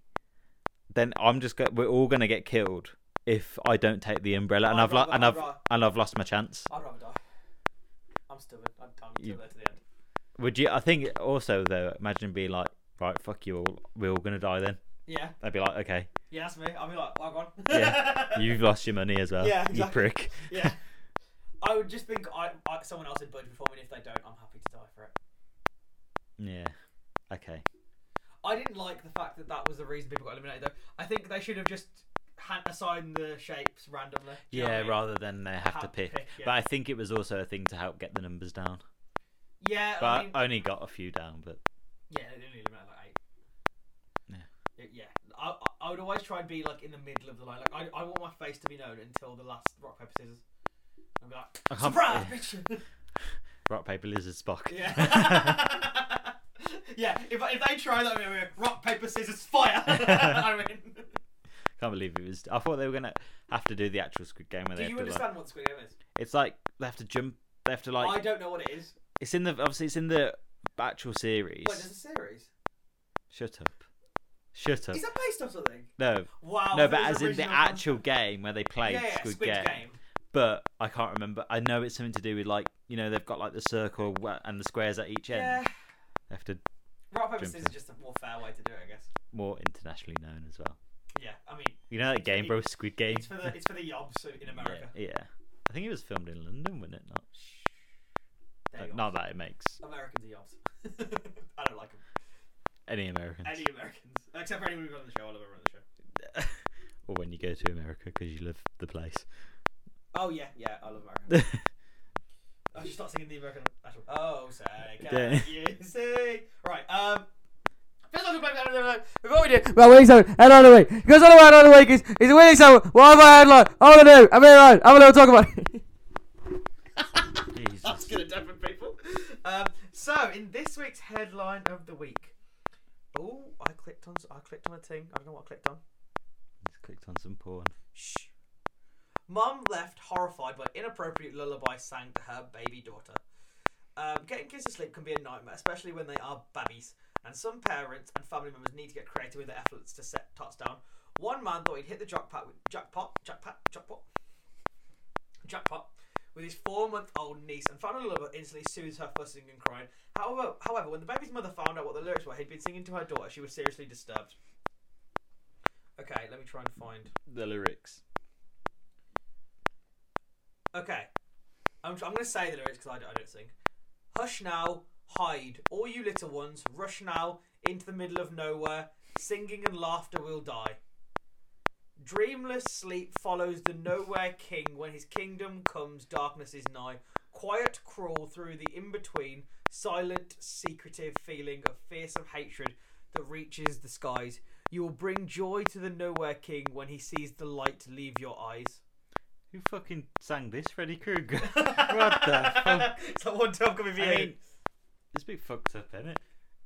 [SPEAKER 3] then i'm just go- we're all going to get killed if i don't take the umbrella and
[SPEAKER 2] I'd
[SPEAKER 3] i've lo-
[SPEAKER 2] rather-
[SPEAKER 3] and
[SPEAKER 2] I'd
[SPEAKER 3] i've
[SPEAKER 2] rather-
[SPEAKER 3] and i've lost my chance
[SPEAKER 2] I'd rather die. I'm stubborn. I'm, I'm still
[SPEAKER 3] You-
[SPEAKER 2] there to the end.
[SPEAKER 3] would you i think also though imagine being like right fuck you all we're all going to die then
[SPEAKER 2] Yeah,
[SPEAKER 3] they'd be like okay
[SPEAKER 2] yeah, that's me. I'll be like, "Oh, well, gone.
[SPEAKER 3] Yeah. you've lost your money as well
[SPEAKER 2] Yeah,
[SPEAKER 3] you
[SPEAKER 2] exactly.
[SPEAKER 3] prick
[SPEAKER 2] Yeah. I would just think I, I someone else had budge before me, and if they don't, I'm happy to die for it.
[SPEAKER 3] yeah okay
[SPEAKER 2] I didn't like the fact that that was the reason people got eliminated, though. I think they should have just hand assigned the shapes randomly. Do you know
[SPEAKER 3] yeah
[SPEAKER 2] what I mean?
[SPEAKER 3] rather than they have, to
[SPEAKER 2] Have to
[SPEAKER 3] pick,
[SPEAKER 2] pick, yeah.
[SPEAKER 3] but i think it was also a thing to help get the numbers down
[SPEAKER 2] Yeah,
[SPEAKER 3] but
[SPEAKER 2] I mean,
[SPEAKER 3] i only got a few down but
[SPEAKER 2] yeah, they only eliminated like eight. Y- Yeah, I, I- I would always try and be like in the middle of the line. Like I, I want my face to be known until the last rock paper scissors. I'm like
[SPEAKER 3] I can't-
[SPEAKER 2] surprise, bitch.
[SPEAKER 3] rock paper lizard spock
[SPEAKER 2] Yeah. yeah. If, if they try that, we're like, rock paper scissors fire. I mean,
[SPEAKER 3] Can't believe it was. I thought they were gonna have to do the actual Squid Game where
[SPEAKER 2] do
[SPEAKER 3] they
[SPEAKER 2] you
[SPEAKER 3] have to like.
[SPEAKER 2] understand what Squid Game is?
[SPEAKER 3] It's like they have to jump. They have to like.
[SPEAKER 2] I don't know what it is.
[SPEAKER 3] It's in the obviously it's in the actual series.
[SPEAKER 2] Wait, there's a series.
[SPEAKER 3] Shut up. Shut up.
[SPEAKER 2] Is that based on something?
[SPEAKER 3] No,
[SPEAKER 2] Wow. I
[SPEAKER 3] no,
[SPEAKER 2] thought
[SPEAKER 3] but
[SPEAKER 2] it was
[SPEAKER 3] as in the
[SPEAKER 2] original
[SPEAKER 3] actual game where they play
[SPEAKER 2] concept. yeah, yeah,
[SPEAKER 3] Squid,
[SPEAKER 2] Squid Game.
[SPEAKER 3] But I can't remember. I know it's something to do with like you know they've got like the circle wha- and the squares at each end.
[SPEAKER 2] Yeah.
[SPEAKER 3] They have to
[SPEAKER 2] Rock paper
[SPEAKER 3] Jump
[SPEAKER 2] scissors
[SPEAKER 3] in.
[SPEAKER 2] is just a more fair way to do it, I guess.
[SPEAKER 3] more internationally known as well.
[SPEAKER 2] Yeah. I mean,
[SPEAKER 3] You know that game, bro, Squid Game.
[SPEAKER 2] it's for the it's for the yobs in
[SPEAKER 3] yeah,
[SPEAKER 2] America.
[SPEAKER 3] yeah. I think it was filmed in London, wasn't it? Not,
[SPEAKER 2] They're
[SPEAKER 3] not that it makes
[SPEAKER 2] yobs. Americans are yobs. I don't like them.
[SPEAKER 3] any Americans.
[SPEAKER 2] Any Americans, except for anyone who got on the show. I love everyone on the show.
[SPEAKER 3] or when you go to America because you love the place.
[SPEAKER 2] Oh yeah, yeah, I love Americans. I should start singing the American national. Oh, say, can
[SPEAKER 3] Yeah.
[SPEAKER 2] you see? Right, um. First of all, no, no, no. Before we do, well, wait a second, head on the way. Because I don't know the way, it's a winning song. What have I had like? I'm gonna do, I'm gonna talk about it. That's gonna dampen people. Um, so in this week's headline of the week, oh, I clicked on s- I clicked on a thing. I don't know what I clicked on.
[SPEAKER 3] Just clicked on some porn.
[SPEAKER 2] Shh. Mum left horrified by inappropriate lullaby sang to her baby daughter. Um, getting kids to sleep can be a nightmare, especially when they are babbies, and some parents and family members need to get creative with their efforts to set tots down. One man thought he'd hit the jackpot with jackpot, jackpot, jackpot, jackpot with his four-month-old niece and found a lullaby that instantly soothes her fussing and crying. However, however, when the baby's mother found out what the lyrics were he'd been singing to her daughter, she was seriously disturbed. Okay, let me try and find.
[SPEAKER 3] The lyrics.
[SPEAKER 2] Okay. I'm, I'm going to say the lyrics because I, don't- I don't sing. Hush now, hide, all you little ones, rush now into the middle of nowhere, singing and laughter will die. Dreamless sleep follows the nowhere king when his kingdom comes, darkness is nigh. Quiet crawl through the in between, silent, secretive feeling of fearsome hatred that reaches the skies. You will bring joy to the nowhere king when he sees the light leave your eyes.
[SPEAKER 3] Who fucking sang this, Freddy Krueger? what the fuck?
[SPEAKER 2] it's like one time coming for you.
[SPEAKER 3] I mean, it's a bit fucked up, isn't it?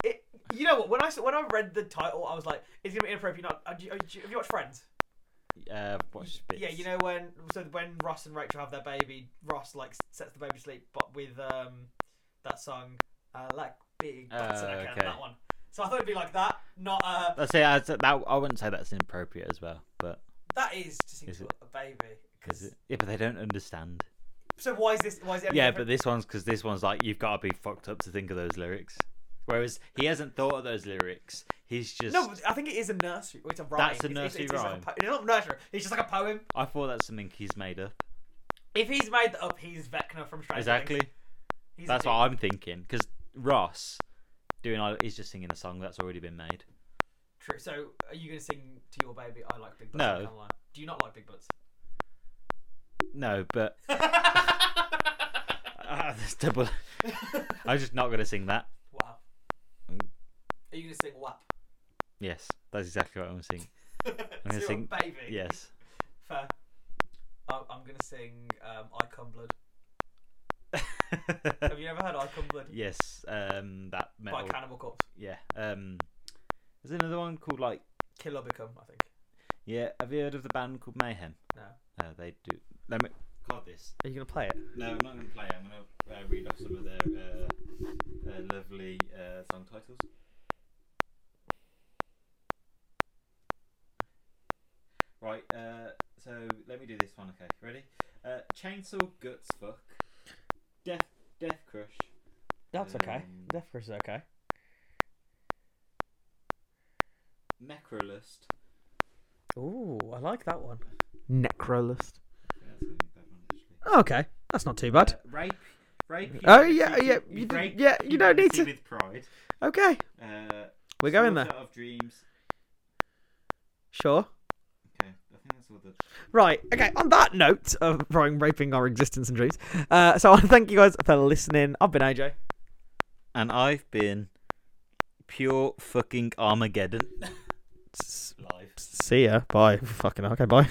[SPEAKER 2] it, you know what? When I s- when I read the title, I was like, "It's gonna be inappropriate." Not have you, have you watched Friends?
[SPEAKER 3] Uh, watch bits.
[SPEAKER 2] Yeah, you know when so when Ross and Rachel have their baby, Ross like sets the baby to sleep, but with um that song, uh, like big butts and I
[SPEAKER 3] Oh,
[SPEAKER 2] can,"
[SPEAKER 3] okay.
[SPEAKER 2] that one. So I thought it'd be like that, not uh,
[SPEAKER 3] That's it. I, that, I wouldn't say that's inappropriate as well, but
[SPEAKER 2] that is to sing
[SPEAKER 3] Is
[SPEAKER 2] to
[SPEAKER 3] it?
[SPEAKER 2] a baby.
[SPEAKER 3] because
[SPEAKER 2] 'cause-
[SPEAKER 3] yeah, but they don't understand.
[SPEAKER 2] So why is this? Why is it?
[SPEAKER 3] Yeah, but this one's because this one's like you've got to be fucked up to think of those lyrics. Whereas he hasn't thought of those lyrics. He's just.
[SPEAKER 2] no, but I think it is a nursery. It's a rhyme.
[SPEAKER 3] That's a
[SPEAKER 2] It's-
[SPEAKER 3] nursery
[SPEAKER 2] it's, it's,
[SPEAKER 3] rhyme.
[SPEAKER 2] It's, like a po- it's not nursery. It's just like a poem.
[SPEAKER 3] I thought that's something he's made up.
[SPEAKER 2] If he's made that up, he's Vecna from Stranger
[SPEAKER 3] Exactly.
[SPEAKER 2] Things. He's a
[SPEAKER 3] That's
[SPEAKER 2] dick.
[SPEAKER 3] what I'm thinking. Because Ross doing, all- he's just singing a song that's already been made.
[SPEAKER 2] True. So, are you going to sing to your baby? I like big butts.
[SPEAKER 3] No.
[SPEAKER 2] I can't lie. Do you not like big butts?
[SPEAKER 3] No, but ah, that's double. I'm just not gonna sing that.
[SPEAKER 2] wow. Are you going to sing WAP?
[SPEAKER 3] Yes, that's exactly what I'm gonna sing.
[SPEAKER 2] I'm
[SPEAKER 3] gonna sing-
[SPEAKER 2] baby.
[SPEAKER 3] Yes.
[SPEAKER 2] Fair. I'm, I'm going to sing um, I Come Blood. Have you ever heard I Come Blood?
[SPEAKER 3] yes. Um, that metal.
[SPEAKER 2] By Cannibal Corpse.
[SPEAKER 3] Yeah. Um, there's another one called like.
[SPEAKER 2] Kill or Become, I think.
[SPEAKER 3] Yeah. Have you heard of the band called Mayhem?
[SPEAKER 2] No.
[SPEAKER 3] Uh, they do. Let me. God, this.
[SPEAKER 2] Are you going to play it?
[SPEAKER 3] No, I'm not gonna play. I'm gonna uh, read off some of their uh, uh, lovely uh, song titles. Right, uh, so let me do this one. Okay, ready? Uh, Chainsaw guts fuck. Death death crush.
[SPEAKER 2] That's okay.
[SPEAKER 3] Um,
[SPEAKER 2] Death Curse is okay.
[SPEAKER 3] Necrolust.
[SPEAKER 2] Ooh, I like that one. Necrolist.
[SPEAKER 3] Yeah, that's gonna be a bad one, actually.
[SPEAKER 2] Okay. That's not too bad.
[SPEAKER 3] Uh, rape. Rape.
[SPEAKER 2] Oh,
[SPEAKER 3] humanity
[SPEAKER 2] yeah,
[SPEAKER 3] with-
[SPEAKER 2] yeah, you did-
[SPEAKER 3] rape
[SPEAKER 2] yeah, you don't need
[SPEAKER 3] humanity With pride.
[SPEAKER 2] Okay.
[SPEAKER 3] Uh,
[SPEAKER 2] We're going
[SPEAKER 3] Slaughter
[SPEAKER 2] there.
[SPEAKER 3] Of dreams.
[SPEAKER 2] Sure.
[SPEAKER 3] Okay, I think that's all the.
[SPEAKER 2] Right. Okay. On that note of rowing, raping our existence and dreams, uh, so I want to thank you guys for listening. I've been AJ.
[SPEAKER 3] and I've been pure fucking Armageddon
[SPEAKER 2] S-
[SPEAKER 3] live.
[SPEAKER 2] See ya. Bye. Fucking okay. Bye.